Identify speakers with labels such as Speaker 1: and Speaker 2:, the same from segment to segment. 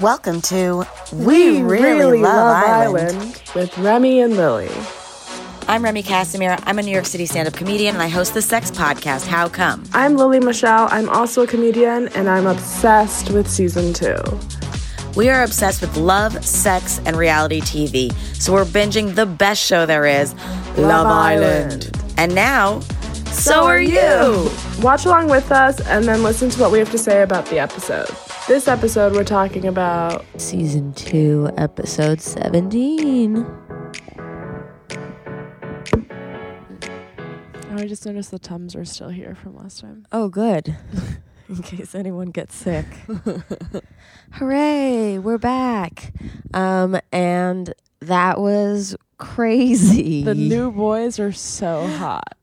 Speaker 1: Welcome to We, Really, Love, Island.
Speaker 2: with Remy and Lily.
Speaker 1: I'm Remy Casimir. I'm a New York City stand up comedian and I host the sex podcast, How Come?
Speaker 2: I'm Lily Michelle. I'm also a comedian and I'm obsessed with season two.
Speaker 1: We are obsessed with love, sex, and reality TV. So we're binging the best show there is, Love, Island. And now, so are you.
Speaker 2: Watch along with us and then listen to what we have to say about the episode. This episode, we're talking about
Speaker 3: Season 2, Episode 17.
Speaker 2: Oh, I just noticed the Tums are still here from last time.
Speaker 3: Oh, good. In case anyone gets sick. Hooray, we're back. Um, and that was crazy.
Speaker 2: The new boys are so hot.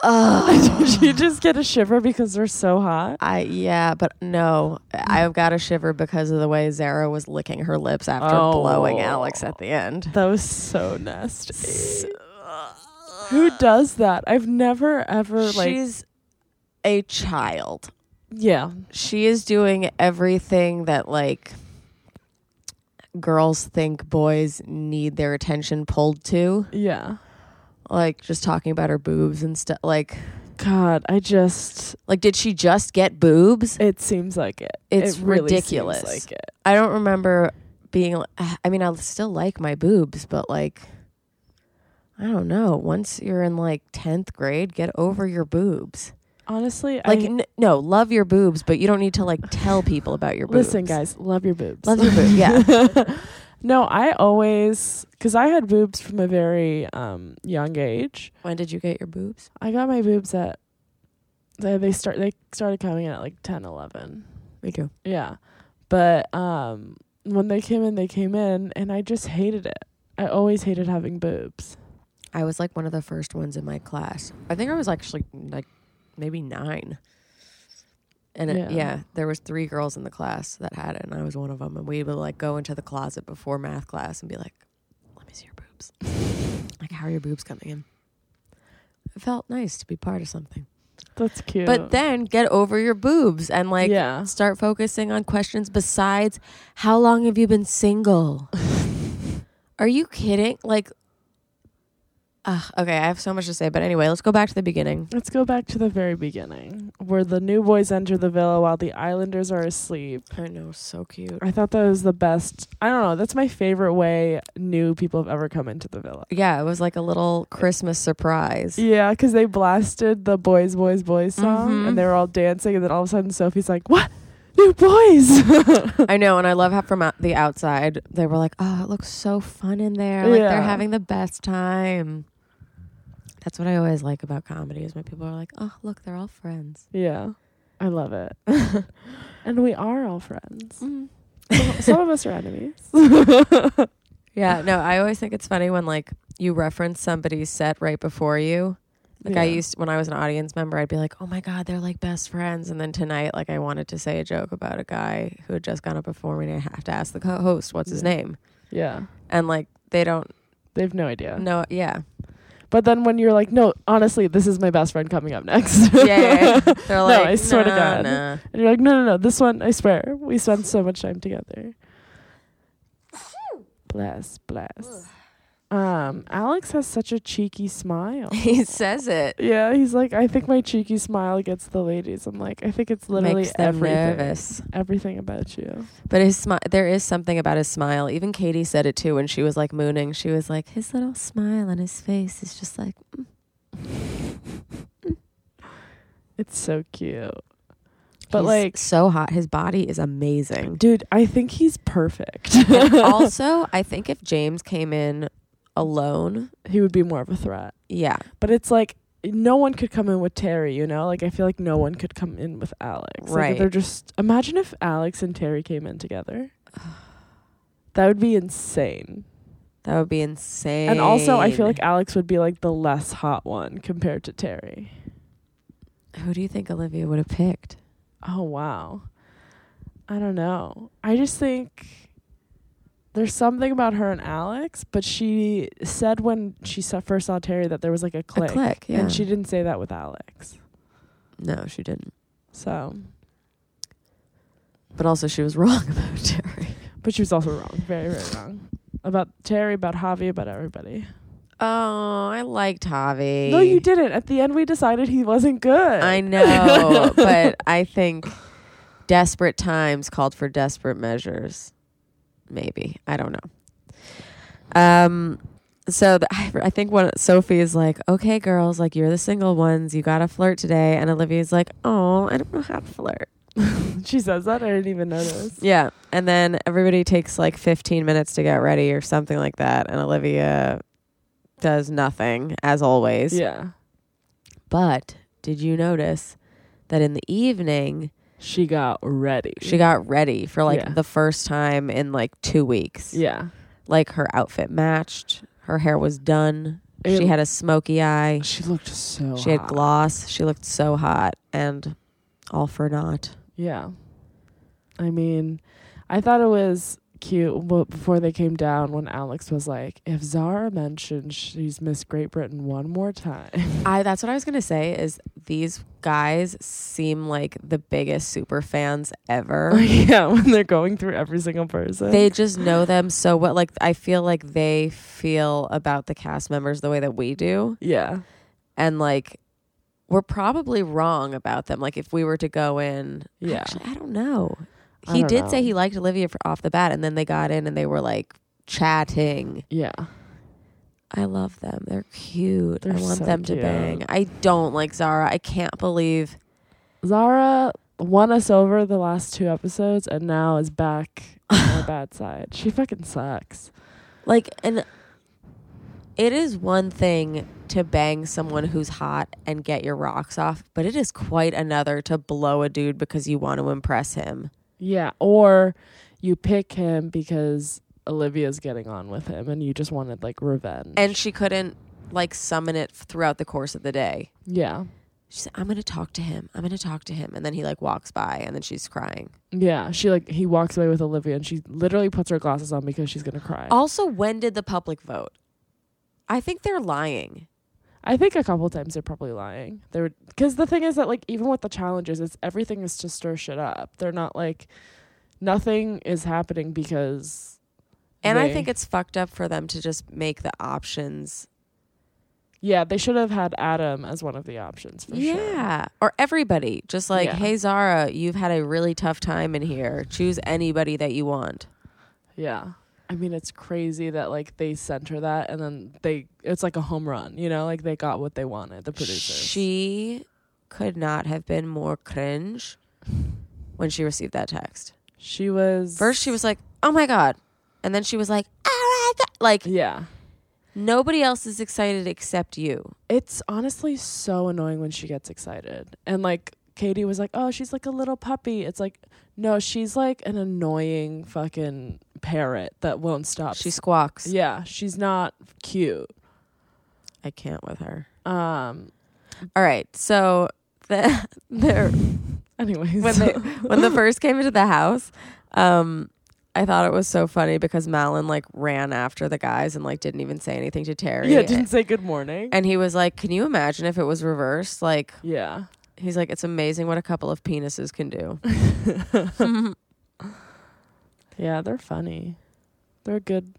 Speaker 3: Ugh.
Speaker 2: Did you just get a shiver because they're so hot?
Speaker 3: I yeah, but no, I've got a shiver because of the way Zara was licking her lips after
Speaker 2: Oh.
Speaker 3: blowing Alex at the end.
Speaker 2: That was so nasty. Who does that? I've never ever like
Speaker 3: She's a child.
Speaker 2: yeah.
Speaker 3: she is doing everything that like girls think boys need their attention pulled to
Speaker 2: Yeah.
Speaker 3: like just talking about her boobs and stuff like
Speaker 2: God, I just
Speaker 3: like did she just get boobs
Speaker 2: it seems like it.
Speaker 3: It's
Speaker 2: It really seems
Speaker 3: ridiculous.
Speaker 2: like it.
Speaker 3: i don't remember being li- i mean i still like my boobs but like i don't know once you're in like 10th grade get over your boobs
Speaker 2: Honestly,
Speaker 3: like
Speaker 2: I
Speaker 3: n- no love your boobs but you don't need to like tell people about your boobs
Speaker 2: listen, guys, love your boobs.
Speaker 3: love your boobs yeah
Speaker 2: no, I always because I had boobs from a very um young age.
Speaker 3: when did you get your boobs
Speaker 2: I got my boobs at they they start they started coming in at like 10, 11.
Speaker 3: me too
Speaker 2: Yeah. But um when they came in, they came in and I just hated it. I always hated having boobs.
Speaker 3: I was like one of the first ones in my class. I think I was actually like maybe nine. And
Speaker 2: Yeah.
Speaker 3: It, yeah, there was three girls in the class that had it, and I was one of them. And we would like go into the closet before math class and be like, "Let me see your boobs. like, how are your boobs coming in?" It felt nice to be part of something.
Speaker 2: That's cute.
Speaker 3: But then get over your boobs and like
Speaker 2: Yeah.
Speaker 3: start focusing on questions besides how long have you been single? Are you kidding? Like Ugh, okay, I have so much to say, but anyway, let's go back to the beginning.
Speaker 2: Let's go back to the very beginning, where the new boys enter the villa while the islanders are asleep.
Speaker 3: I know, so cute.
Speaker 2: I thought that was the best. I don't know. That's my favorite way new people have ever come into the villa.
Speaker 3: Yeah, it was like a little Christmas surprise.
Speaker 2: Yeah, because they blasted the boys, boys, boys song,
Speaker 3: Mhm.
Speaker 2: and they were all dancing, and then all of a sudden Sophie's like, "What? New boys?"
Speaker 3: I know, and I love how from out the outside they were like, "Oh, it looks so fun in there! Like
Speaker 2: Yeah.
Speaker 3: they're having the best time." That's what I always like about comedy is when people are like, "Oh, look, they're all friends."
Speaker 2: yeah, I love it. and we are all friends.
Speaker 3: Mm.
Speaker 2: Some- Some of us are enemies.
Speaker 3: Yeah, no, I always think it's funny when like you reference somebody's set right before you. Like I
Speaker 2: Yeah.
Speaker 3: used when I was an audience member, I'd be like, "Oh my god, they're like best friends." And then tonight, like I wanted to say a joke about a guy who had just gone up before me, and I have to ask the co-host what's his
Speaker 2: Yeah.
Speaker 3: name,
Speaker 2: Yeah,
Speaker 3: and like they don't
Speaker 2: they have no idea.
Speaker 3: know. Yeah,
Speaker 2: But then when you're like, "No, honestly, this is my best friend coming up next."
Speaker 3: yeah, yeah, yeah. they're like,
Speaker 2: I swear to
Speaker 3: "Nah,
Speaker 2: God."
Speaker 3: nah."
Speaker 2: And you're like, no, no, no, this one, I swear, we spend so much time together. Bless, bless. Um, Alex has such a cheeky smile.
Speaker 3: He says it.
Speaker 2: yeah, he's like, I think my cheeky smile gets the ladies. I'm like, I think it's literally
Speaker 3: Makes them
Speaker 2: everything,
Speaker 3: nervous.
Speaker 2: everything about you.
Speaker 3: But his smile, there is something about his smile. Even Katie said it too when she was like mooning. She was like, his little smile on his face is just like,
Speaker 2: It's so cute. But
Speaker 3: He's
Speaker 2: like,
Speaker 3: so hot. His body is amazing.
Speaker 2: dude, I think he's perfect.
Speaker 3: And also, I think if James came in alone,
Speaker 2: he would be more of a threat.
Speaker 3: yeah,
Speaker 2: But it's like no one could come in with Terry, you know? Like I feel like no one could come in with Alex. Like, if
Speaker 3: Right.
Speaker 2: they're just imagine if Alex and Terry came in together. That would be insane.
Speaker 3: that would be insane.
Speaker 2: And also I feel like Alex would be like the less hot one compared to Terry.
Speaker 3: who do you think Olivia would have picked?
Speaker 2: Oh wow. I don't know. I just think there's something about her and Alex, but she said when she saw, first saw Terry that there was like a click.
Speaker 3: A click, yeah.
Speaker 2: And she didn't say that with Alex.
Speaker 3: no, she didn't.
Speaker 2: So
Speaker 3: But also, she was wrong about Terry.
Speaker 2: But she was also wrong. Very, very wrong. About Terry, about Javi, about everybody.
Speaker 3: Oh, I liked Javi.
Speaker 2: No, you didn't. At the end, we decided he wasn't good.
Speaker 3: I know, but I think desperate times called for desperate measures. Maybe I don't know. Um, so the, I, I think when Sophie is like, "Okay, girls, like you're the single ones, you gotta flirt today," and Olivia's like, "Oh, I don't know how to flirt."
Speaker 2: she says that. I didn't even notice.
Speaker 3: Yeah, and then everybody takes like 15 minutes to get ready or something like that, and Olivia does nothing as always.
Speaker 2: Yeah.
Speaker 3: But did you notice that in the evening
Speaker 2: She got ready.
Speaker 3: she got ready for like
Speaker 2: Yeah.
Speaker 3: the first time in like two weeks?
Speaker 2: Yeah.
Speaker 3: Like her outfit matched, her hair was done,
Speaker 2: It-
Speaker 3: she had a smoky eye,
Speaker 2: She looked so
Speaker 3: she had
Speaker 2: hot.
Speaker 3: gloss, she looked so hot, and all for naught.
Speaker 2: Yeah. I mean, I thought it was cute but before they came down when Alex was like, if Zara mentioned she's Miss Great Britain one more time.
Speaker 3: I that's what I was gonna say is these guys seem like the biggest super fans ever.
Speaker 2: yeah, when they're going through every single person.
Speaker 3: they just know them so well. Like I feel like they feel about the cast members the way that we do.
Speaker 2: yeah.
Speaker 3: and like we're probably wrong about them. Like if we were to go in,
Speaker 2: Yeah.
Speaker 3: actually, I don't know.
Speaker 2: I
Speaker 3: He
Speaker 2: don't
Speaker 3: did
Speaker 2: know.
Speaker 3: say he liked Olivia for, off the bat, and then they got in and they were like chatting.
Speaker 2: Yeah.
Speaker 3: I love them. They're cute.
Speaker 2: They're
Speaker 3: I want
Speaker 2: so
Speaker 3: them to
Speaker 2: cute.
Speaker 3: bang. I don't like Zara. I can't believe.
Speaker 2: Zara won us over the last two episodes and now is back on the bad side. She fucking sucks.
Speaker 3: Like, and it is one thing to bang someone who's hot and get your rocks off, but it is quite another to blow a dude because you want to impress him.
Speaker 2: Yeah. Or you pick him because Olivia's getting on with him and you just wanted like revenge.
Speaker 3: and she couldn't like summon it throughout the course of the day.
Speaker 2: yeah.
Speaker 3: She said, "I'm gonna talk to him. I'm gonna talk to him," and then he like walks by, and then she's crying.
Speaker 2: Yeah, she like he walks away with Olivia, and she literally puts her glasses on because she's gonna cry.
Speaker 3: Also, when did the public vote? I think they're lying.
Speaker 2: I think a couple times they're probably lying. They were because the thing is that like even with the challenges, it's everything is to stir shit up. They're not like nothing is happening because
Speaker 3: And I
Speaker 2: they-
Speaker 3: think it's fucked up for them to just make the options.
Speaker 2: yeah they should have had Adam as one of the options for sure.
Speaker 3: yeah. Or everybody. Just like,
Speaker 2: Yeah.
Speaker 3: hey, Zara, you've had a really tough time in here. Choose anybody that you want.
Speaker 2: yeah. I mean, it's crazy that like they sent her that, and then they it's like a home run, you know, like they got what they wanted. The producers.
Speaker 3: She could not have been more cringe when she received that text.
Speaker 2: she was
Speaker 3: First, she was like, "Oh my god," and then she was like, "Oh my god!" Like
Speaker 2: yeah.
Speaker 3: nobody else is excited except you.
Speaker 2: It's honestly so annoying when she gets excited. And like Katie was like, "Oh, she's like a little puppy." It's like, "No, she's like an annoying fucking parrot that won't stop."
Speaker 3: She squawks.
Speaker 2: Yeah, she's not cute.
Speaker 3: I can't with her.
Speaker 2: Um
Speaker 3: All right, so the there
Speaker 2: anyways.
Speaker 3: when they when the first came into the house, um, I thought it was so funny because Malin like ran after the guys and like didn't even say anything to Terry.
Speaker 2: yeah, didn't say good morning.
Speaker 3: and he was like, "Can you imagine if it was reversed?" Like
Speaker 2: yeah.
Speaker 3: he's like, "It's amazing what a couple of penises can do."
Speaker 2: Yeah, they're funny. They're good.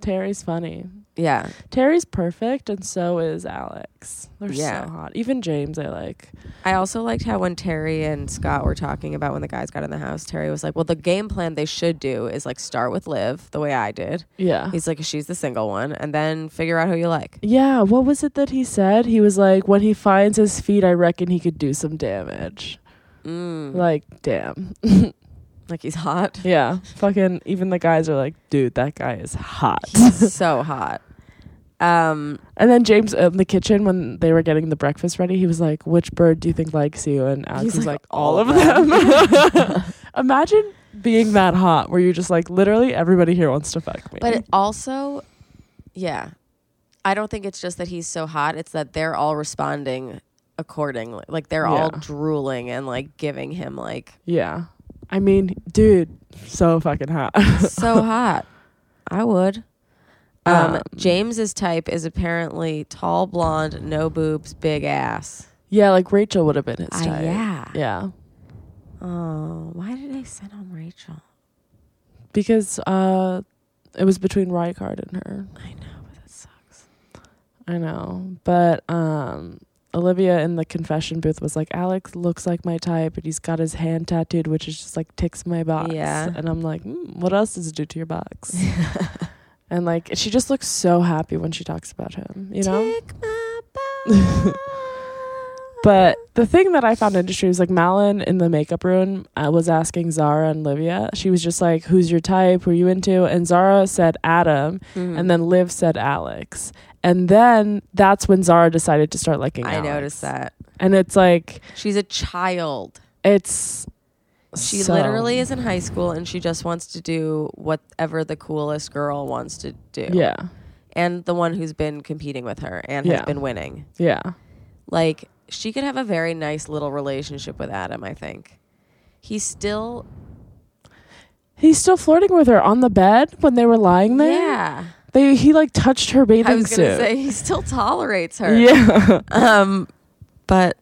Speaker 2: Terry's funny.
Speaker 3: yeah,
Speaker 2: Terry's perfect and so is Alex. They're
Speaker 3: Yeah.
Speaker 2: so hot. Even James I like.
Speaker 3: I also liked how when Terry and Scott were talking about when the guys got in the house, Terry was like, "Well, the game plan they should do is like start with Liv, the way I did."
Speaker 2: Yeah.
Speaker 3: He's like, "She's the single one, and then figure out who you like."
Speaker 2: Yeah, what was it that he said? He was like, when he finds his feet, I reckon he could do some damage.
Speaker 3: Mm. Like,
Speaker 2: Like, damn.
Speaker 3: he's hot,
Speaker 2: Yeah, fucking, even the guys are like, dude, that guy is hot.
Speaker 3: he's so hot. Um,
Speaker 2: and then James in the kitchen, when they were getting the breakfast ready, he was like, which bird do you think likes you? And Alex
Speaker 3: He's
Speaker 2: was
Speaker 3: like,
Speaker 2: Uh, like, all of them. Imagine being that hot where you're just like, literally everybody here wants to fuck me.
Speaker 3: but it also, yeah, I don't think it's just that he's so hot; it's that they're all responding accordingly. Like they're all
Speaker 2: Yeah.
Speaker 3: drooling and like giving him like
Speaker 2: yeah. I mean, dude, so fucking hot.
Speaker 3: so hot. I would. Um,
Speaker 2: Um,
Speaker 3: James's type is apparently tall, blonde, no boobs, big ass.
Speaker 2: yeah, like Rachel would have been his
Speaker 3: Ah,
Speaker 2: type.
Speaker 3: yeah.
Speaker 2: Yeah.
Speaker 3: Oh, why did I send on Rachel?
Speaker 2: because uh, it was between Rykard and her.
Speaker 3: I know, but that sucks.
Speaker 2: I know, but um, Olivia in the confession booth was like, "Alex looks like my type, and he's got his hand tattooed, which is just like ticks my box."
Speaker 3: Yeah.
Speaker 2: and I'm like, mm, "What else does it do to your box?" and like, she just looks so happy when she talks about him, you know.
Speaker 3: Take my bow.
Speaker 2: But the thing that I found interesting was like Malin in the makeup room uh, was asking Zara and Livia. She was just like, "Who's your type? Who are you into?" And Zara said Adam,
Speaker 3: Mhm.
Speaker 2: and then Liv said Alex. And then that's when Zara decided to start liking.
Speaker 3: I
Speaker 2: Alex.
Speaker 3: noticed that
Speaker 2: and it's like
Speaker 3: she's a child.
Speaker 2: it's
Speaker 3: She
Speaker 2: so-
Speaker 3: literally is in high school and she just wants to do whatever the coolest girl wants to do.
Speaker 2: yeah
Speaker 3: And the one who's been competing with her and
Speaker 2: Yeah.
Speaker 3: has been winning.
Speaker 2: yeah
Speaker 3: Like, she could have a very nice little relationship with Adam, I think. He's still.
Speaker 2: he's still flirting with her on the bed when they were lying there
Speaker 3: Yeah.
Speaker 2: they he like touched her bathing
Speaker 3: I was going to
Speaker 2: suit
Speaker 3: say, he still tolerates her.
Speaker 2: yeah
Speaker 3: Um, but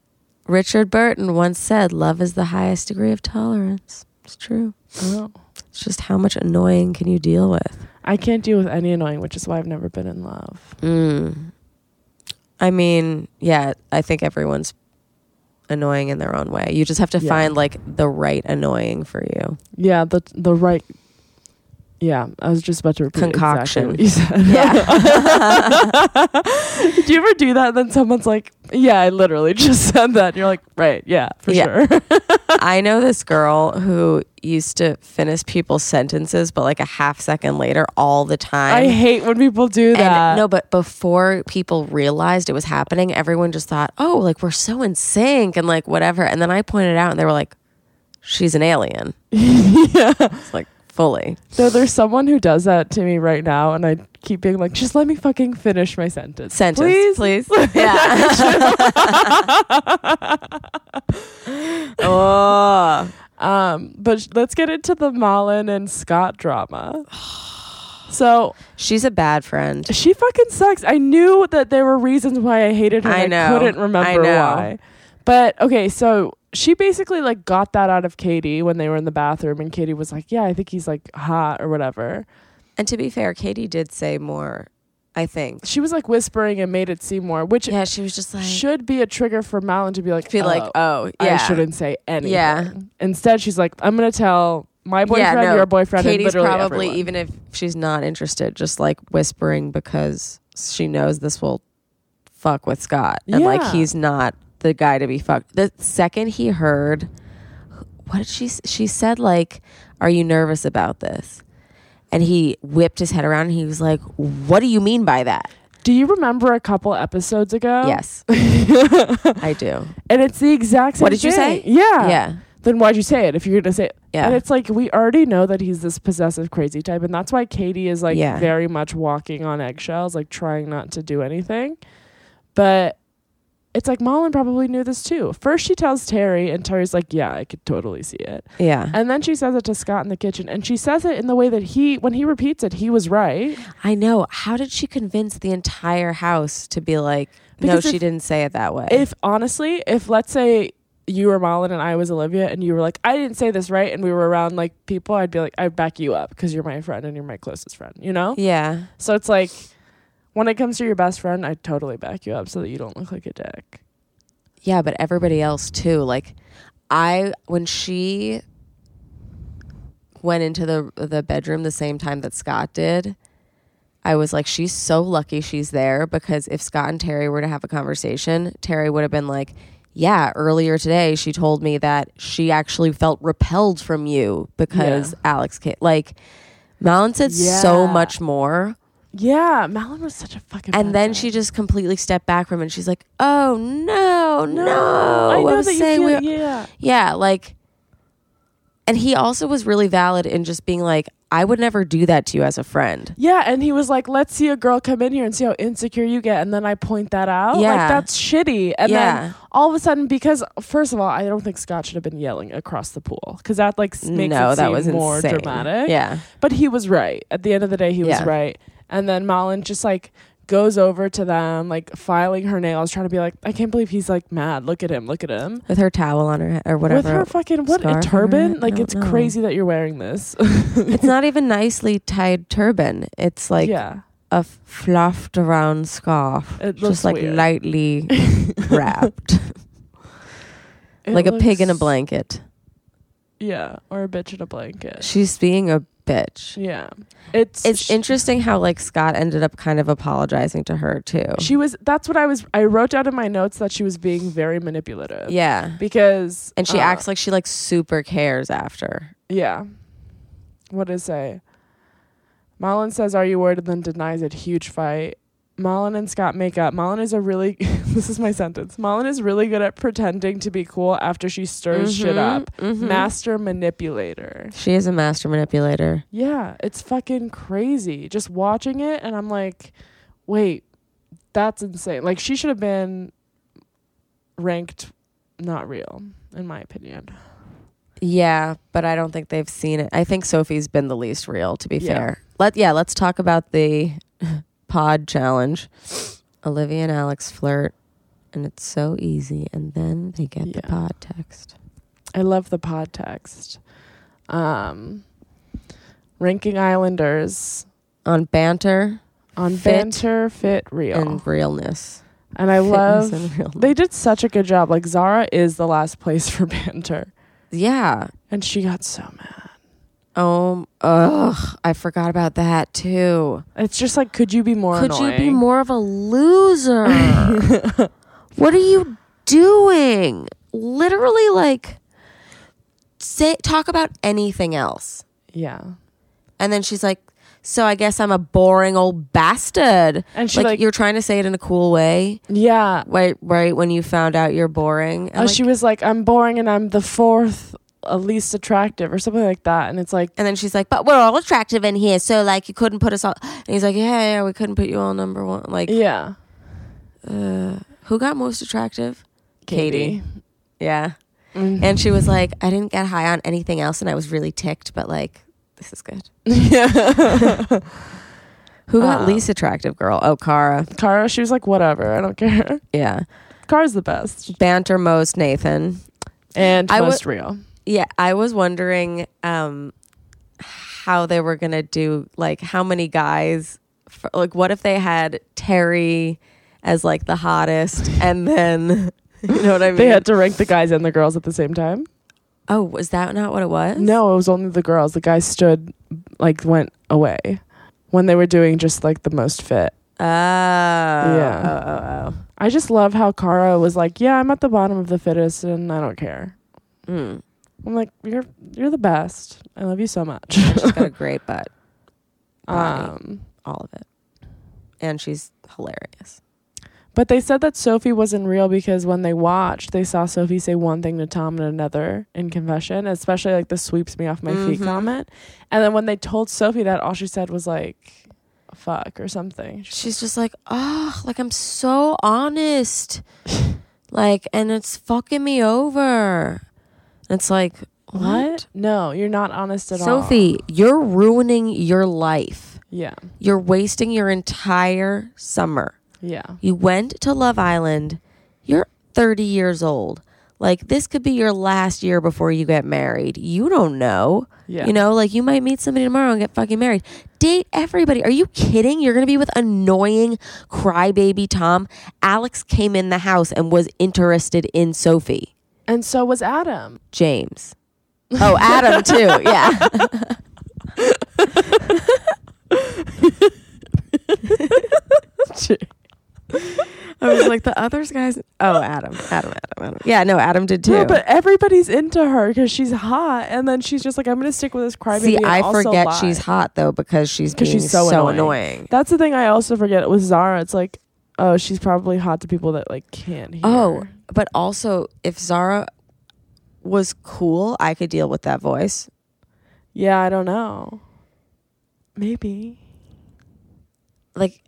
Speaker 3: Richard Burton once said, Love is the highest degree of tolerance. It's true.
Speaker 2: Oh.
Speaker 3: It's just how much annoying can you deal with?
Speaker 2: I can't deal with any annoying which is why I've never been in love
Speaker 3: Mm. I mean, yeah, I think everyone's annoying in their own way. You just have to
Speaker 2: Yeah.
Speaker 3: find like the right annoying for you.
Speaker 2: yeah the the right yeah I was just about to repeat
Speaker 3: Concoction.
Speaker 2: exactly what you said do you ever do that and then someone's like yeah I literally just said that and you're like right yeah for sure
Speaker 3: Yeah. I know this girl who used to finish people's sentences, but like a half second later all the time.
Speaker 2: I hate when people do that
Speaker 3: and no, but before people realized it was happening, everyone just thought, oh, like we're so in sync and like whatever. And then I pointed out and they were like, she's an alien. It's like fully.
Speaker 2: So there's someone who does that to me right now, and I keep being like, just let me fucking finish my sentence.
Speaker 3: Sentence,
Speaker 2: Please.
Speaker 3: please. yeah. oh.
Speaker 2: Um, but sh- let's get into the Malin and Scott drama. So
Speaker 3: She's a bad friend.
Speaker 2: she fucking sucks. I knew that there were reasons why I hated her.
Speaker 3: I
Speaker 2: and
Speaker 3: know.
Speaker 2: I couldn't remember
Speaker 3: I know.
Speaker 2: why. But okay, so she basically like got that out of Katie when they were in the bathroom, and Katie was like, "Yeah, I think he's like hot or whatever."
Speaker 3: And to be fair, Katie did say more, I think.
Speaker 2: She was like whispering and made it seem more, which
Speaker 3: Yeah, she was just like,
Speaker 2: should be a trigger for Malin to be like,
Speaker 3: be like,
Speaker 2: "Oh,
Speaker 3: oh, yeah.
Speaker 2: I shouldn't say anything.
Speaker 3: Yeah.
Speaker 2: Instead, she's like, I'm gonna tell my boyfriend,
Speaker 3: yeah, no,
Speaker 2: your boyfriend, and
Speaker 3: Katie's
Speaker 2: literally
Speaker 3: probably,
Speaker 2: everyone.
Speaker 3: even if she's not interested, just like whispering because she knows this will fuck with Scott. And like,
Speaker 2: Yeah.
Speaker 3: he's not the guy to be fucked. The second he heard, what did she s- She said, like, are you nervous about this? And he whipped his head around and he was like, what do you mean by that?
Speaker 2: Do you remember a couple episodes ago?
Speaker 3: Yes, I do.
Speaker 2: And it's the exact same.
Speaker 3: What did you
Speaker 2: thing.
Speaker 3: say?
Speaker 2: Yeah.
Speaker 3: Yeah.
Speaker 2: Then why'd you say it if you're gonna say it?
Speaker 3: Yeah.
Speaker 2: And it's like we already know that he's this possessive, crazy type, and that's why Katie is like
Speaker 3: Yeah.
Speaker 2: very much walking on eggshells, like trying not to do anything. But it's like Malin probably knew this too. First, she tells Terry, and Terry's like, "Yeah, I could totally see it."
Speaker 3: Yeah.
Speaker 2: And then she says it to Scott in the kitchen, and she says it in the way that he, when he repeats it, he was right.
Speaker 3: I know. How did she convince the entire house to be like,
Speaker 2: Because
Speaker 3: no, she
Speaker 2: if-
Speaker 3: didn't say it that way?
Speaker 2: If honestly, if let's say you were Malin and I was Olivia, and you were like, I didn't say this right, and we were around like people, I'd be like, I'd back you up because you're my friend and you're my closest friend, you know?
Speaker 3: yeah.
Speaker 2: So it's like, when it comes to your best friend, I totally back you up so that you don't look like a dick.
Speaker 3: Yeah, but everybody else too. Like, I, when she went into the, the bedroom the same time that Scott did, I was like, she's so lucky she's there because if Scott and Terry were to have a conversation, Terry would have been like, yeah, earlier today she told me that she actually felt repelled from you because Alex came. Like, Malin said so
Speaker 2: Yeah.
Speaker 3: much more.
Speaker 2: Yeah, Malin was such a fucking.
Speaker 3: And then
Speaker 2: badass.
Speaker 3: she just completely stepped back from it. And she's like, "Oh no, no!
Speaker 2: I know
Speaker 3: "Oh, was
Speaker 2: that you
Speaker 3: saying
Speaker 2: feel,
Speaker 3: we-
Speaker 2: yeah.
Speaker 3: yeah, like." And he also was really valid in just being like, "I would never do that to you as a friend."
Speaker 2: Yeah, and he was like, "Let's see a girl come in here and see how insecure you get," and then I point that out. like
Speaker 3: Yeah.
Speaker 2: that's shitty. And
Speaker 3: Yeah.
Speaker 2: then all of a sudden, because first of all, I don't think Scott should have been yelling across the pool because that like s- makes
Speaker 3: no,
Speaker 2: it
Speaker 3: that
Speaker 2: seem
Speaker 3: was
Speaker 2: more
Speaker 3: insane.
Speaker 2: dramatic.
Speaker 3: Yeah,
Speaker 2: but he was right. At the end of the day, he was
Speaker 3: Yeah.
Speaker 2: right. And then Malin just like goes over to them, like filing her nails, trying to be like, I can't believe he's like mad. Look at him. Look at him.
Speaker 3: with her towel on her head or whatever.
Speaker 2: With her fucking what a
Speaker 3: scarf on her
Speaker 2: turban?
Speaker 3: head?
Speaker 2: Like
Speaker 3: I don't
Speaker 2: it's
Speaker 3: know.
Speaker 2: crazy that you're wearing this.
Speaker 3: it's not even nicely tied turban. It's like
Speaker 2: yeah,
Speaker 3: a f- fluffed around scarf,
Speaker 2: It looks
Speaker 3: just like
Speaker 2: weird.
Speaker 3: lightly wrapped,
Speaker 2: It
Speaker 3: like a pig in a
Speaker 2: looks-
Speaker 3: blanket.
Speaker 2: Yeah, or a bitch in a blanket.
Speaker 3: She's being a bitch.
Speaker 2: Yeah, it's
Speaker 3: It's
Speaker 2: sh-
Speaker 3: interesting how like Scott ended up kind of apologizing to her too.
Speaker 2: She was. That's what I was. I wrote down in my notes that she was being very manipulative.
Speaker 3: yeah,
Speaker 2: because
Speaker 3: and she
Speaker 2: uh,
Speaker 3: acts like she like super cares after.
Speaker 2: Yeah. What does it say? Marlon says, Are you worried? and then denies it. Huge fight. Marlon and Scott make up. Marlon is a really, this is my sentence. Marlon is really good at pretending to be cool after she stirs shit up.
Speaker 3: Mhm.
Speaker 2: Master manipulator.
Speaker 3: She is a master manipulator.
Speaker 2: Yeah, it's fucking crazy. Just watching it, and I'm like, wait, that's insane. Like, she should have been ranked not real, in my opinion.
Speaker 3: Yeah, but I don't think they've seen it. I think Sophie's been the least real, to be
Speaker 2: Yeah.
Speaker 3: fair. Let yeah, let's talk about the pod challenge. Olivia and Alex flirt, and it's so easy. And then they get the
Speaker 2: Yeah.
Speaker 3: pod text.
Speaker 2: I love the pod text. Um, ranking Islanders
Speaker 3: On banter
Speaker 2: on
Speaker 3: Fit
Speaker 2: banter, fit, real, and,
Speaker 3: and realness.
Speaker 2: I
Speaker 3: Fitness
Speaker 2: love.
Speaker 3: and realness.
Speaker 2: They did such a good job. Like Zara is the last place for banter,
Speaker 3: yeah.
Speaker 2: and she got so mad.
Speaker 3: Um ugh, I forgot about that too.
Speaker 2: It's just like, could you be more?
Speaker 3: Could you be
Speaker 2: annoying?
Speaker 3: more of a loser? what are you doing? Literally, like, say, talk about anything else.
Speaker 2: Yeah,
Speaker 3: And then she's like, so I guess I'm a boring old bastard.
Speaker 2: and she
Speaker 3: Like,
Speaker 2: like,
Speaker 3: you're trying to say it in a cool way,
Speaker 2: yeah.
Speaker 3: right? Right when you found out you're boring. And,
Speaker 2: Oh,
Speaker 3: like-
Speaker 2: she was like, I'm boring, and I'm the fourth uh, least attractive, or something like that. And it's like,
Speaker 3: and then she's like, but we're all attractive in here, so like you couldn't put us all. And he's like, yeah, yeah, we couldn't put you all number one. Like,
Speaker 2: yeah,
Speaker 3: uh, who got most attractive? Katie.
Speaker 2: Katie.
Speaker 3: Yeah.
Speaker 2: Mhm.
Speaker 3: And she was like, I didn't get high on anything else, and I was really ticked, but like, this is good.
Speaker 2: yeah.
Speaker 3: Who got
Speaker 2: Um,
Speaker 3: least attractive girl? Oh, Kara.
Speaker 2: Cara, she was like, whatever, I don't care.
Speaker 3: Yeah.
Speaker 2: Cara's the best.
Speaker 3: Banter most Nathan.
Speaker 2: and
Speaker 3: I
Speaker 2: most real.
Speaker 3: Yeah, I was wondering um how they were gonna do like how many guys for, like what if they had Terry as like the hottest and then you know what I mean?
Speaker 2: They had to rank the guys and the girls at the same time.
Speaker 3: oh, was that not what it was?
Speaker 2: No, it was only the girls. The guys stood, like, went away when they were doing just like the most fit.
Speaker 3: Oh.
Speaker 2: Yeah.
Speaker 3: Oh, oh,
Speaker 2: I just love how Cara was like, "Yeah, I'm at the bottom of the fittest, and I don't care."
Speaker 3: oh. Mm.
Speaker 2: I'm like, "You're you're the best. I love you so much."
Speaker 3: She's got a great butt,
Speaker 2: um,
Speaker 3: all of it. And she's hilarious.
Speaker 2: but they said that Sophie wasn't real because when they watched, they saw Sophie say one thing to Tom and another in confession, especially like the sweeps me off my feet
Speaker 3: Mhm.
Speaker 2: comment. And then when they told Sophie that, all she said was like, "Fuck" or something. She's
Speaker 3: She's just like, oh, like I'm so honest. like, and it's fucking me over. It's like, what?
Speaker 2: What? No, you're not honest at all.
Speaker 3: Sophie, you're ruining your life.
Speaker 2: Yeah.
Speaker 3: You're wasting your entire summer.
Speaker 2: Yeah.
Speaker 3: You went to Love Island. You're 30 years old. Like, this could be your last year before you get married. You don't know.
Speaker 2: Yeah.
Speaker 3: You know, like you might meet somebody tomorrow and get fucking married. Date everybody. Are you kidding? You're going to be with annoying crybaby Tom. Alex came in the house and was interested in Sophie.
Speaker 2: And so was Adam.
Speaker 3: James. Oh, Adam too. Yeah. I was like the other guys. Oh, Adam. Adam, Adam, Adam. Yeah, no, Adam did too.
Speaker 2: No, but everybody's into her because she's hot, and then she's just like, "I'm gonna stick with this crybaby."
Speaker 3: See,
Speaker 2: and
Speaker 3: I
Speaker 2: also
Speaker 3: forget
Speaker 2: lie."
Speaker 3: she's hot though because she's
Speaker 2: 'Cause
Speaker 3: being
Speaker 2: she's so annoying.
Speaker 3: annoying.
Speaker 2: That's the thing I also forget with Zara. It's like, oh, she's probably hot to people that like can't hear.
Speaker 3: Oh, but also if Zara was cool, I could deal with that voice.
Speaker 2: yeah, I don't know. Maybe
Speaker 3: Like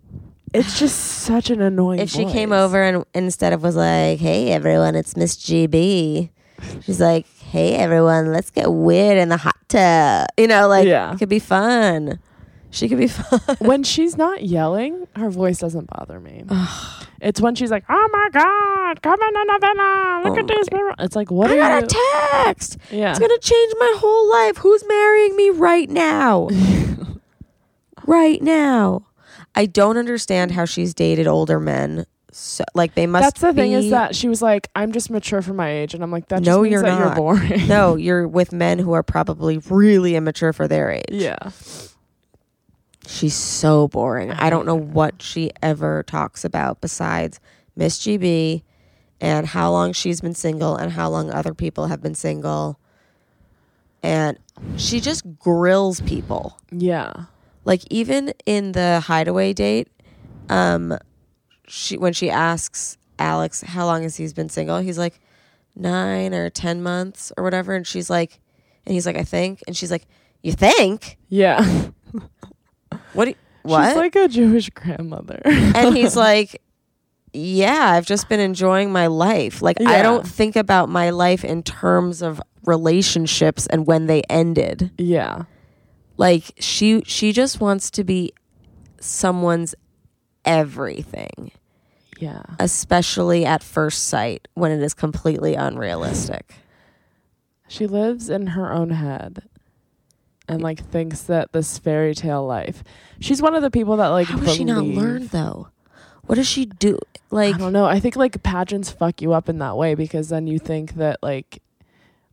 Speaker 2: it's just such an annoying.
Speaker 3: if she came
Speaker 2: voice.
Speaker 3: over and instead of was like, "Hey everyone, it's Miss GB," she's like, "Hey everyone, let's get weird in the hot tub." You know, like
Speaker 2: Yeah.
Speaker 3: it could be fun. She could be fun.
Speaker 2: when she's not yelling, her voice doesn't bother me. it's when she's like, "Oh my god, come in the villa. Look
Speaker 3: Oh
Speaker 2: at this." mirror." It's like, what
Speaker 3: I
Speaker 2: are
Speaker 3: got
Speaker 2: you?
Speaker 3: a text.
Speaker 2: yeah,
Speaker 3: It's gonna change my whole life. Who's marrying me right now? right now. I don't understand how she's dated older men. So, like they must.
Speaker 2: that's the thing
Speaker 3: be-
Speaker 2: is that she was like, "I'm just mature for my age," and I'm like, "That just
Speaker 3: No,
Speaker 2: means
Speaker 3: you're
Speaker 2: that you're
Speaker 3: not.
Speaker 2: boring."
Speaker 3: no, you're with men who are probably really immature for their age.
Speaker 2: yeah,
Speaker 3: She's so boring. I don't know what she ever talks about besides Miss GB and how long she's been single and how long other people have been single. And she just grills people.
Speaker 2: yeah.
Speaker 3: Like even in the hideaway date, um she when she asks Alex how long has he's been single, he's like 9 or 10 months or whatever and she's like and he's like I think and she's like you think?
Speaker 2: Yeah.
Speaker 3: What do you, what?
Speaker 2: She's like a Jewish grandmother.
Speaker 3: and he's like yeah i've just been enjoying my life like i
Speaker 2: Yeah.
Speaker 3: don't think about my life in terms of relationships and when they ended
Speaker 2: yeah.
Speaker 3: like she she just wants to be someone's everything
Speaker 2: Yeah.
Speaker 3: especially at first sight when it is completely unrealistic
Speaker 2: She lives in her own head and like thinks that this fairy tale life. She's one of the people that like
Speaker 3: how has she not
Speaker 2: believe-
Speaker 3: learned though what does she do like
Speaker 2: I don't know. I think like pageants fuck you up in that way because then you think that like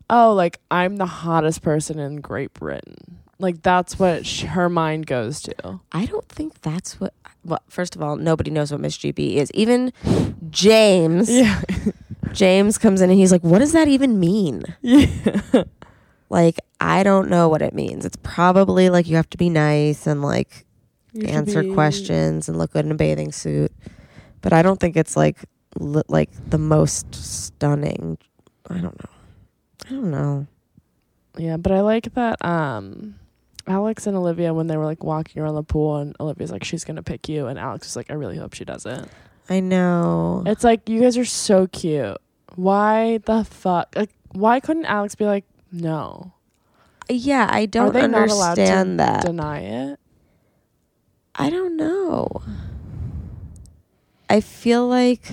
Speaker 2: oh, like I'm the hottest person in Great Britain. Like that's what sh- her mind goes to.
Speaker 3: I don't think that's what. Well, first of all, nobody knows what Miss GB is. Even James.
Speaker 2: Yeah.
Speaker 3: James comes in and he's like, "What does that even mean?"
Speaker 2: Yeah.
Speaker 3: Like, I don't know what it means. It's probably like you have to be nice and like answer questions and look good in a bathing suit. But I don't think it's like li- like the most stunning. I don't know. I don't know.
Speaker 2: Yeah, but I like that um Alex and Olivia when they were like walking around the pool and Olivia's like she's going to pick you and Alex was like I really hope she doesn't.
Speaker 3: I know.
Speaker 2: It's like you guys are so cute. Why the fuck? Like, why couldn't Alex be like, no?
Speaker 3: yeah, I don't
Speaker 2: they not allowed to
Speaker 3: understand that.
Speaker 2: Deny it.
Speaker 3: I don't know. I feel like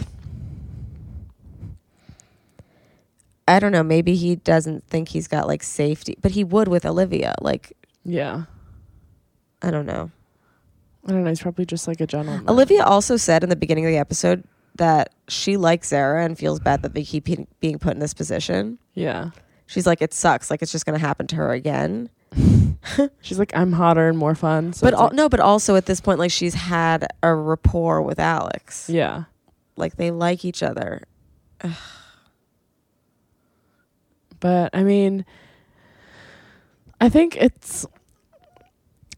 Speaker 3: I don't know, maybe he doesn't think he's got like safety, but he would with Olivia. Like,
Speaker 2: Yeah,
Speaker 3: I don't know.
Speaker 2: I don't know. He's probably just like a gentleman.
Speaker 3: Olivia also said in the beginning of the episode that she likes Zara and feels bad that they keep being- being put in this position.
Speaker 2: Yeah,
Speaker 3: She's like, it sucks. Like, it's just going to happen to her again.
Speaker 2: she's like, I'm hotter and more fun. So
Speaker 3: but
Speaker 2: it's
Speaker 3: al-
Speaker 2: like-
Speaker 3: no, but also at this point, like, she's had a rapport with Alex.
Speaker 2: yeah,
Speaker 3: Like, they like each other.
Speaker 2: but I mean, I think it's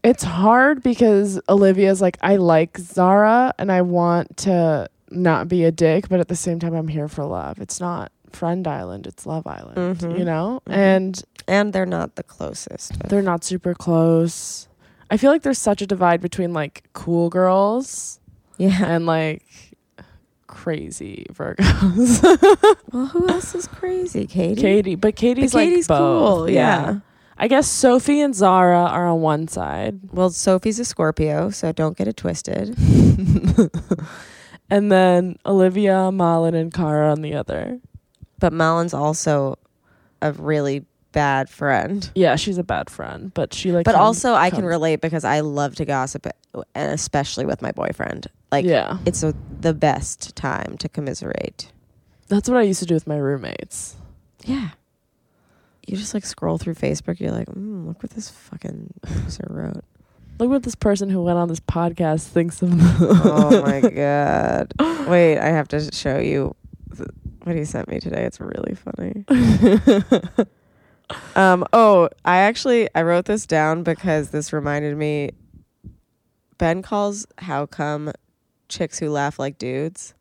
Speaker 2: it's hard because Olivia's like, I like Zara and I want to not be a dick, but at the same time, I'm here for love. It's not Friend Island; it's Love Island.
Speaker 3: Mhm.
Speaker 2: You know,
Speaker 3: Mhm.
Speaker 2: and
Speaker 3: and they're not the closest. of-
Speaker 2: they're not super close. I feel like there's such a divide between like cool girls
Speaker 3: yeah.
Speaker 2: and like crazy Virgos.
Speaker 3: Well, who else is crazy? Katie.
Speaker 2: Katie, but Katie's,
Speaker 3: But Katie's
Speaker 2: like both.
Speaker 3: cool, yeah.
Speaker 2: I guess Sophie and Zara are on one side,
Speaker 3: Well, Sophie's a Scorpio, so don't get it twisted.
Speaker 2: and then Olivia, Malin, and Cara on the other.
Speaker 3: But Malin's also a really bad friend.
Speaker 2: Yeah, she's a bad friend, but she like.
Speaker 3: But
Speaker 2: come-
Speaker 3: also, I can
Speaker 2: come-
Speaker 3: relate because I love to gossip, and especially with my boyfriend. Like,
Speaker 2: yeah,
Speaker 3: it's a, the best time to commiserate.
Speaker 2: that's what I used to do with my roommates.
Speaker 3: Yeah. You just like scroll through Facebook. You're like, mm, look what this fucking loser wrote.
Speaker 2: Look what this person who went on this podcast thinks of.
Speaker 3: oh my god wait i have to show you th- what he sent me today it's really funny um oh i actually i wrote this down because this reminded me ben calls how come chicks who laugh like dudes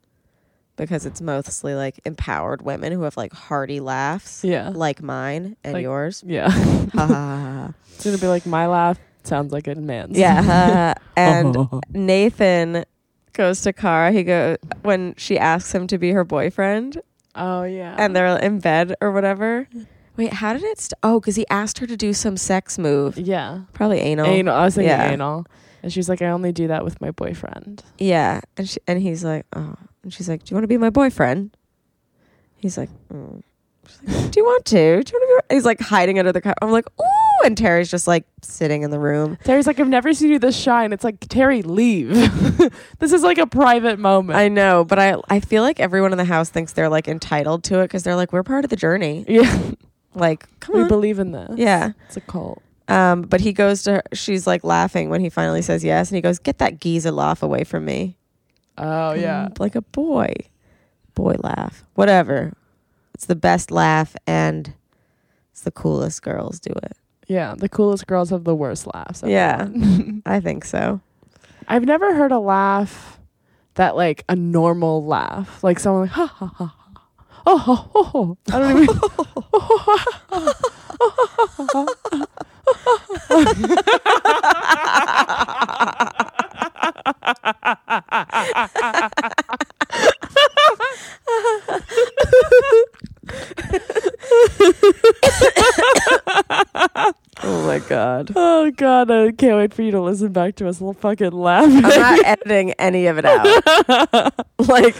Speaker 3: because it's mostly like empowered women who have like hearty laughs
Speaker 2: Yeah,
Speaker 3: like mine and
Speaker 2: Like-
Speaker 3: yours
Speaker 2: yeah.
Speaker 3: Ha, ha, ha, ha.
Speaker 2: It's gonna be like my laugh sounds like a man's.
Speaker 3: yeah ha, ha. and Nathan goes to Kara. He goes when she asks him to be her boyfriend,
Speaker 2: oh yeah.
Speaker 3: and they're in bed or whatever. Uh-huh. Wait, how did it? St- oh, because he asked her to do some sex move,
Speaker 2: Yeah.
Speaker 3: probably anal.
Speaker 2: Anal. I was thinking
Speaker 3: Yeah.
Speaker 2: anal. And she's like, I only do that with my boyfriend.
Speaker 3: Yeah, and she, and he's like, oh, and she's like, do you want to be my boyfriend? He's like, mm. She's like, do you want to? Do you want to be? He's like hiding under the car. I'm like, ooh, and Terry's just like sitting in the room.
Speaker 2: Terry's like, I've never seen you this shy. And it's like, Terry, leave. this is like a private moment.
Speaker 3: I know, but I I feel like everyone in the house thinks they're like entitled to it because they're like, we're part of the journey.
Speaker 2: yeah.
Speaker 3: Like, come
Speaker 2: we
Speaker 3: on,
Speaker 2: believe in this.
Speaker 3: yeah.
Speaker 2: It's a cult.
Speaker 3: Um, but he goes to her, she's like laughing when he finally says yes, and he goes, get that geezer laugh away from me.
Speaker 2: Oh, yeah.
Speaker 3: Mm, like a boy boy laugh whatever it's the best laugh and it's the coolest girls do it
Speaker 2: Yeah. The coolest girls have the worst laughs.
Speaker 3: Yeah. i think so
Speaker 2: I've never heard a laugh that like a normal laugh, like someone like ha ha ha. ha. Oh, ho, ho, ho. I don't even.
Speaker 3: oh my god
Speaker 2: Oh God, I can't wait for you to listen back to us l- fucking laughing.
Speaker 3: i'm not editing any of it out like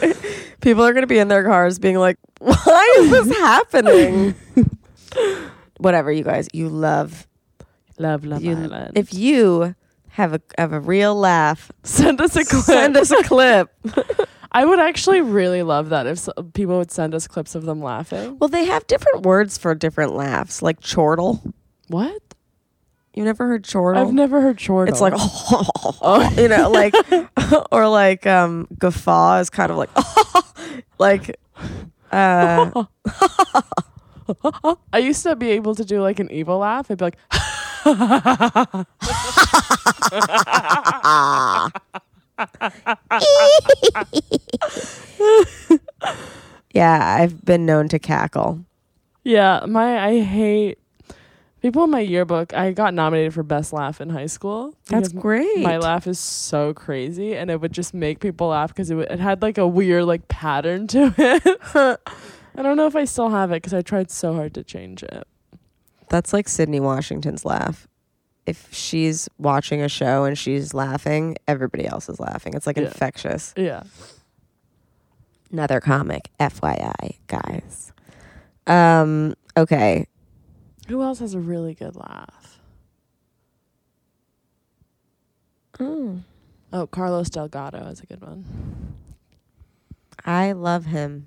Speaker 3: people are gonna be in their cars being like why is this happening whatever you guys you love
Speaker 2: love, love
Speaker 3: you, if you have a have a real laugh
Speaker 2: send us a clip,
Speaker 3: send us a clip
Speaker 2: I would actually really love that if s people would send us clips of them laughing.
Speaker 3: well they have different words for different laughs like chortle
Speaker 2: What?
Speaker 3: you never heard chortle
Speaker 2: I've never Oh. heard chortle.
Speaker 3: It's like, you know, like, or like um, guffaw is kind of like, like, uh,
Speaker 2: I used to be able to do like an evil laugh. I'd be like,
Speaker 3: yeah, I've been known to cackle.
Speaker 2: Yeah, my I hate people in my yearbook. I got nominated for best laugh in high school.
Speaker 3: That's
Speaker 2: because
Speaker 3: great.
Speaker 2: My laugh is so crazy, and it would just make people laugh because it, would- it had like a weird like pattern to it. I don't know if I still have it because I tried so hard to change it.
Speaker 3: That's like Sydney Washington's laugh. If she's watching a show and she's laughing, everybody else is laughing. It's like
Speaker 2: Yeah.
Speaker 3: infectious.
Speaker 2: Yeah,
Speaker 3: Another comic, FYI, guys. Um, okay.
Speaker 2: who else has a really good laugh? Oh, Carlos Delgado is a good one.
Speaker 3: I love him.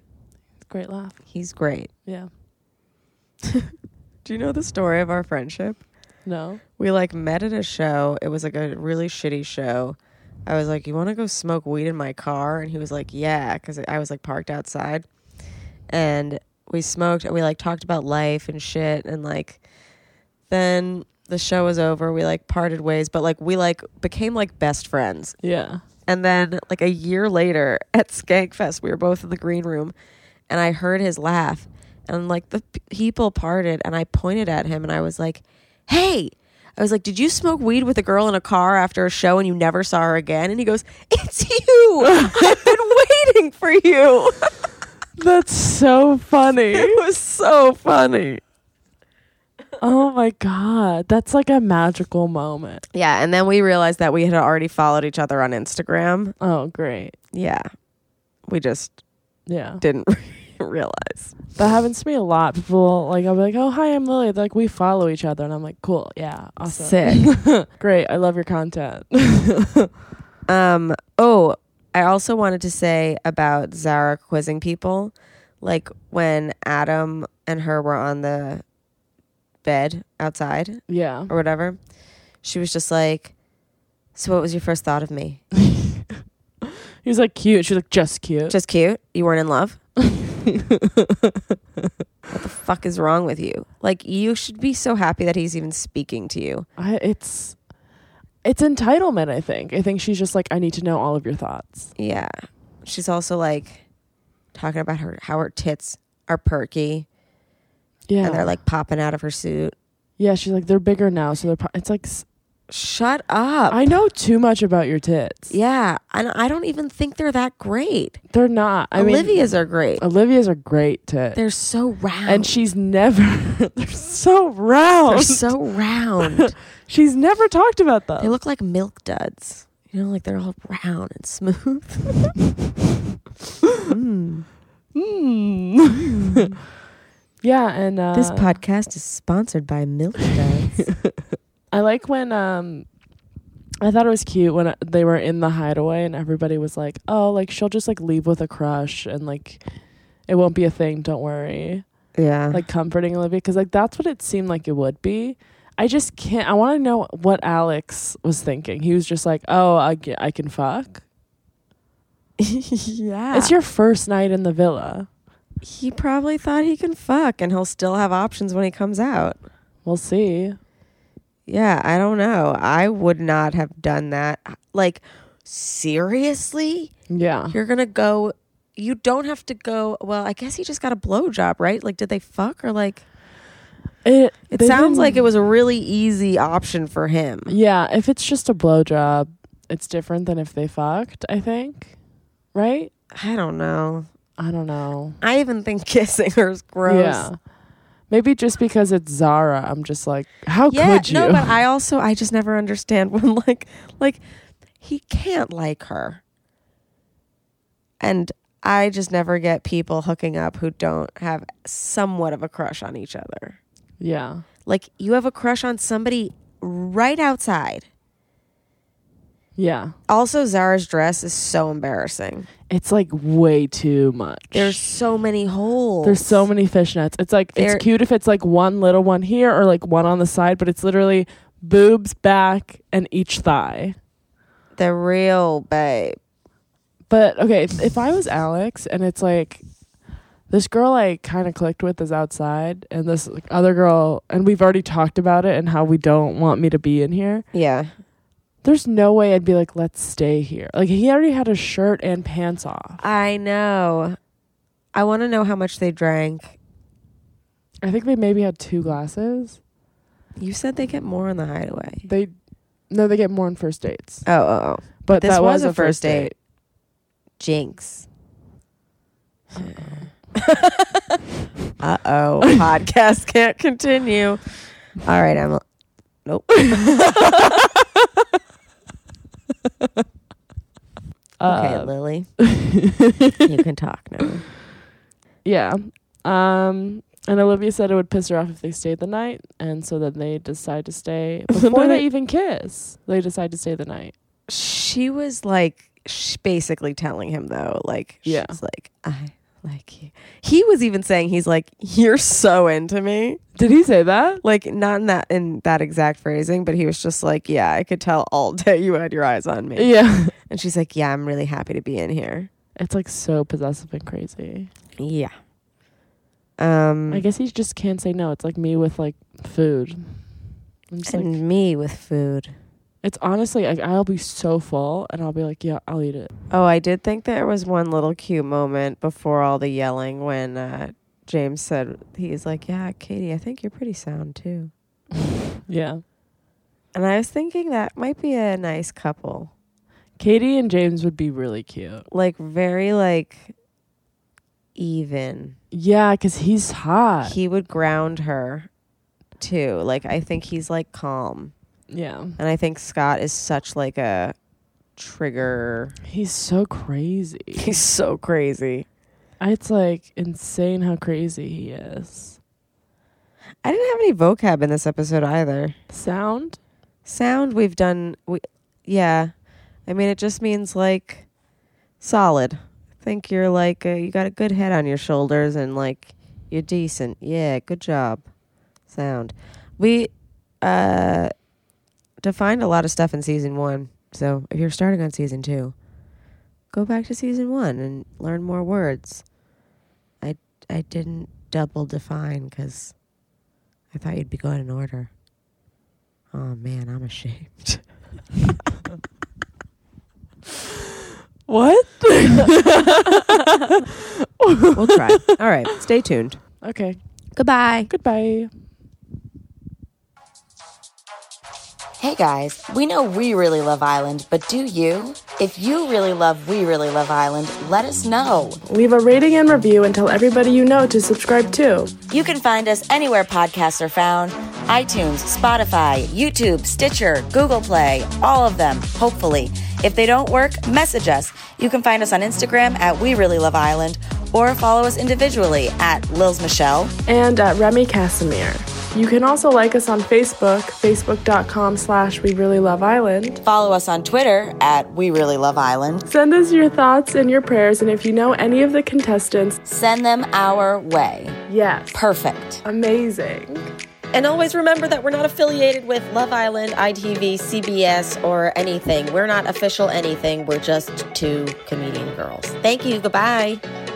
Speaker 2: Great laugh.
Speaker 3: He's great.
Speaker 2: Yeah.
Speaker 3: Do you know the story of our friendship?
Speaker 2: No.
Speaker 3: we like met at a show. It was like a really shitty show. I was like, "You want to go smoke weed in my car?" And he was like, "Yeah," because I was like parked outside, and we smoked and we like talked about life and shit and like. Then the show was over. We like parted ways, but like we like became like best friends.
Speaker 2: Yeah.
Speaker 3: And then like a year later at Skankfest, we were both in the green room and I heard his laugh and like the p- people parted and I pointed at him and I was like, "Hey, I was like, did you smoke weed with a girl in a car after a show and you never saw her again?" And he goes, "It's you. I've been waiting for you."
Speaker 2: That's so funny.
Speaker 3: It was so funny.
Speaker 2: Oh my god, that's like a magical moment.
Speaker 3: Yeah, and then we realized that we had already followed each other on Instagram.
Speaker 2: Oh great,
Speaker 3: Yeah. We just
Speaker 2: yeah,
Speaker 3: didn't realize.
Speaker 2: that happens to me a lot. People like I'll be like, "Oh hi, I'm Lily." They're like we follow each other, and I'm like, "Cool, yeah, awesome,
Speaker 3: Sick.
Speaker 2: great, I love your content."
Speaker 3: Um. Oh, I also wanted to say about Zara quizzing people, like when Adam and her were on the bed outside
Speaker 2: yeah,
Speaker 3: or whatever. She was just like, "So, what was your first thought of me?
Speaker 2: he was like cute. She was like just cute.
Speaker 3: Just cute? You weren't in love? what the fuck is wrong with you? Like, you should be so happy that he's even speaking to you.
Speaker 2: I, it's it's entitlement. I think. I think she's just like, I need to know all of your thoughts.
Speaker 3: Yeah. She's also like talking about her how her tits are perky
Speaker 2: Yeah,
Speaker 3: and they're like popping out of her suit."
Speaker 2: yeah. She's like, they're bigger now, so they're. Pro-. It's like, s-
Speaker 3: Shut up.
Speaker 2: I know too much about your tits.
Speaker 3: yeah, and I don't even think they're that great.
Speaker 2: They're not. I mean,
Speaker 3: Olivia's are great.
Speaker 2: Olivia's are great tits.
Speaker 3: They're so round.
Speaker 2: and she's never. they're so
Speaker 3: they're
Speaker 2: round.
Speaker 3: so round.
Speaker 2: she's never talked about them.
Speaker 3: they look like milk duds. You know, like they're all round and smooth.
Speaker 2: Mm. yeah, and uh,
Speaker 3: this podcast is sponsored by Milk Duds.
Speaker 2: I like when um I thought it was cute when uh, they were in the hideaway and everybody was like, "Oh, like she'll just like leave with a crush and like it won't be a thing, don't worry."
Speaker 3: yeah.
Speaker 2: Like comforting Olivia cuz like that's what it seemed like it would be. I just can't I want to know what Alex was thinking. He was just like, "Oh, I, g- I can fuck."
Speaker 3: yeah.
Speaker 2: It's your first night in the villa.
Speaker 3: he probably thought he can fuck and he'll still have options when he comes out.
Speaker 2: We'll see.
Speaker 3: Yeah, I don't know. I would not have done that. Like, seriously?
Speaker 2: Yeah.
Speaker 3: You're gonna go you don't have to go well, I guess he just got a blowjob, right? Like did they fuck or like
Speaker 2: It
Speaker 3: it
Speaker 2: they
Speaker 3: sounds
Speaker 2: didn't-
Speaker 3: like it was a really easy option for him.
Speaker 2: Yeah, if it's just a blowjob, it's different than if they fucked, I think. Right?
Speaker 3: I don't know.
Speaker 2: I don't know.
Speaker 3: I even think kissing her is gross.
Speaker 2: Yeah. Maybe just because it's Zara, I'm just like, how
Speaker 3: yeah,
Speaker 2: could you?
Speaker 3: no, but I also I just never understand when like like he can't like her. And I just never get people hooking up who don't have somewhat of a crush on each other.
Speaker 2: yeah.
Speaker 3: Like you have a crush on somebody right outside.
Speaker 2: Yeah.
Speaker 3: Also Zara's dress is so embarrassing.
Speaker 2: It's like way too much.
Speaker 3: There's so many holes.
Speaker 2: There's so many fishnets. It's like
Speaker 3: There-
Speaker 2: it's cute if it's like one little one here or like one on the side, but it's literally boobs, back, and each thigh.
Speaker 3: the real babe.
Speaker 2: But okay, if, if I was Alex and it's like this girl I kind of clicked with is outside and this like, other girl and we've already talked about it and how we don't want me to be in here.
Speaker 3: Yeah.
Speaker 2: There's no way I'd be like let's stay here. Like he already had a shirt and pants off.
Speaker 3: I know. I want to know how much they drank.
Speaker 2: I think they maybe had two glasses.
Speaker 3: You said they get more on the hideaway.
Speaker 2: They no, they get more on first dates.
Speaker 3: Oh, oh, oh.
Speaker 2: But
Speaker 3: this
Speaker 2: that
Speaker 3: was
Speaker 2: was,
Speaker 3: a
Speaker 2: a first
Speaker 3: first date.
Speaker 2: date.
Speaker 3: Jinx. uh oh. Podcast can't continue. All right, I'm. Nope. okay,
Speaker 2: Uh,
Speaker 3: Lily. you can talk now.
Speaker 2: Yeah. Um and Olivia said it would piss her off if they stayed the night, and so then they decide to stay before they even kiss. They decide to stay the night.
Speaker 3: She was like, sh- basically telling him though, like,
Speaker 2: Yeah.
Speaker 3: she's like, I like you. He was even saying, he's like, you're so into me.
Speaker 2: Did he say that?
Speaker 3: like not in that in that exact phrasing, but he was just like, "Yeah, I could tell all day you had your eyes on me."
Speaker 2: Yeah.
Speaker 3: And she's like, "Yeah, I'm really happy to be in here."
Speaker 2: It's like so possessive and crazy.
Speaker 3: Yeah. Um,
Speaker 2: I guess he just can't say no. It's like me with like food. I'm just
Speaker 3: and
Speaker 2: like,
Speaker 3: me with food.
Speaker 2: it's honestly like I'll be so full and I'll be like, yeah, I'll eat it.
Speaker 3: Oh, I did think there was one little cute moment before all the yelling when uh, James said he's like, "Yeah, Katie, I think you're pretty sound too."
Speaker 2: Yeah.
Speaker 3: And I was thinking that might be a nice couple,
Speaker 2: Katie and James would be really cute.
Speaker 3: like very like even.
Speaker 2: Yeah, because he's hot.
Speaker 3: he would ground her too. Like I think he's like calm,
Speaker 2: yeah.
Speaker 3: and I think Scott is such like a trigger.
Speaker 2: He's so crazy.
Speaker 3: so crazy.
Speaker 2: it's like insane how crazy he is.
Speaker 3: I didn't have any vocab in this episode either.
Speaker 2: Sound?
Speaker 3: Sound we've done. We yeah, I mean it just means like solid. I think you're like uh, you got a good head on your shoulders and like you're decent. Yeah, good job. Sound. We uh defined a lot of stuff in season 1. So, if you're starting on season 2, go back to season 1 and learn more words. I I didn't double define cuz I thought you'd be going in order. Oh man, I'm ashamed.
Speaker 2: What?
Speaker 3: we'll try. All right, stay tuned.
Speaker 2: Okay.
Speaker 3: Goodbye.
Speaker 2: Goodbye.
Speaker 1: Hey guys, we know we really love Island, but do you? If you really love We Really Love Island, let us know.
Speaker 2: Leave a rating and review and tell everybody you know to subscribe too.
Speaker 1: You can find us anywhere podcasts are found iTunes, Spotify, YouTube, Stitcher, Google Play, all of them, hopefully. If they don't work, message us. You can find us on Instagram at We Really Love Island or follow us individually at Lils Michelle.
Speaker 2: And at Remy Casimir. You can also like us on Facebook, facebook.com slash we really love island.
Speaker 1: Follow us on Twitter at We Really Love Island.
Speaker 2: Send us your thoughts and your prayers, and if you know any of the contestants,
Speaker 1: Send them our way.
Speaker 2: yes.
Speaker 1: Perfect.
Speaker 2: Amazing.
Speaker 1: And always remember that we're not affiliated with Love Island, ITV, CBS, or anything. We're not official anything. We're just two comedian girls. Thank you. Goodbye.